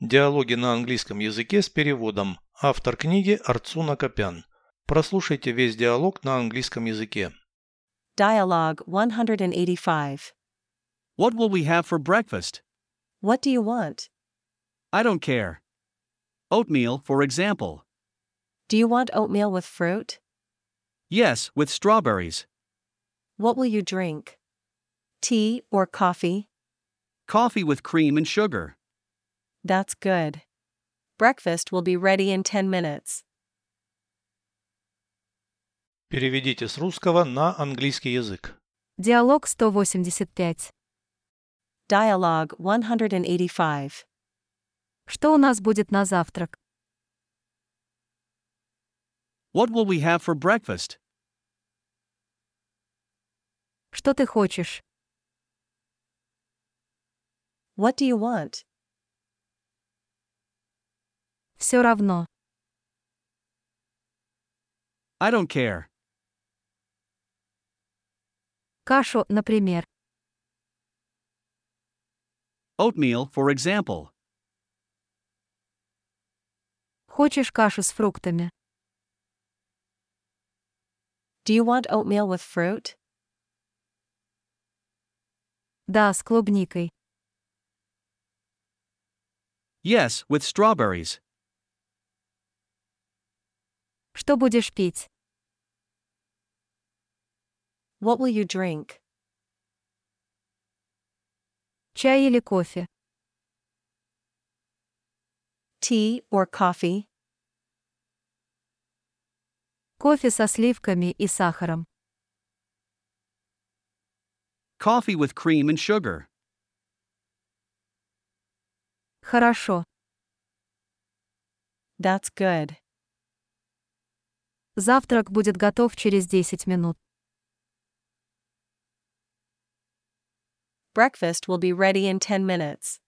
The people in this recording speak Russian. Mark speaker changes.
Speaker 1: Диалоги на английском языке с переводом. Автор книги Арцуна Копян. Прослушайте весь диалог на английском языке.
Speaker 2: Dialogue 185.
Speaker 3: What will we have for breakfast?
Speaker 2: What do you want?
Speaker 3: I don't care. Oatmeal, for example.
Speaker 2: Do you want oatmeal with fruit?
Speaker 3: Yes, with strawberries.
Speaker 2: What will you drink? Tea or coffee?
Speaker 3: Coffee with cream and sugar.
Speaker 2: That's good. Breakfast will be ready in 10 minutes.
Speaker 1: Переведите с русского на английский язык.
Speaker 4: Диалог 185.
Speaker 2: Dialogue 185.
Speaker 4: Что у нас будет на завтрак?
Speaker 3: What will we have for breakfast?
Speaker 4: Что ты хочешь?
Speaker 2: What do you want?
Speaker 4: Все равно.
Speaker 3: I don't care.
Speaker 4: Кашу, например.
Speaker 3: Oatmeal, for example.
Speaker 4: Хочешь кашу с фруктами?
Speaker 2: Do you want oatmeal with fruit?
Speaker 4: Да, с клубникой.
Speaker 3: Yes, with strawberries.
Speaker 4: Что будешь пить?
Speaker 2: What will you drink?
Speaker 4: Чай или кофе?
Speaker 2: Tea or coffee?
Speaker 4: Кофе со сливками и сахаром.
Speaker 3: Coffee with cream and sugar.
Speaker 4: Хорошо.
Speaker 2: That's good.
Speaker 4: Завтрак будет готов через 10 минут.
Speaker 2: Breakfast will be ready in 10 minutes.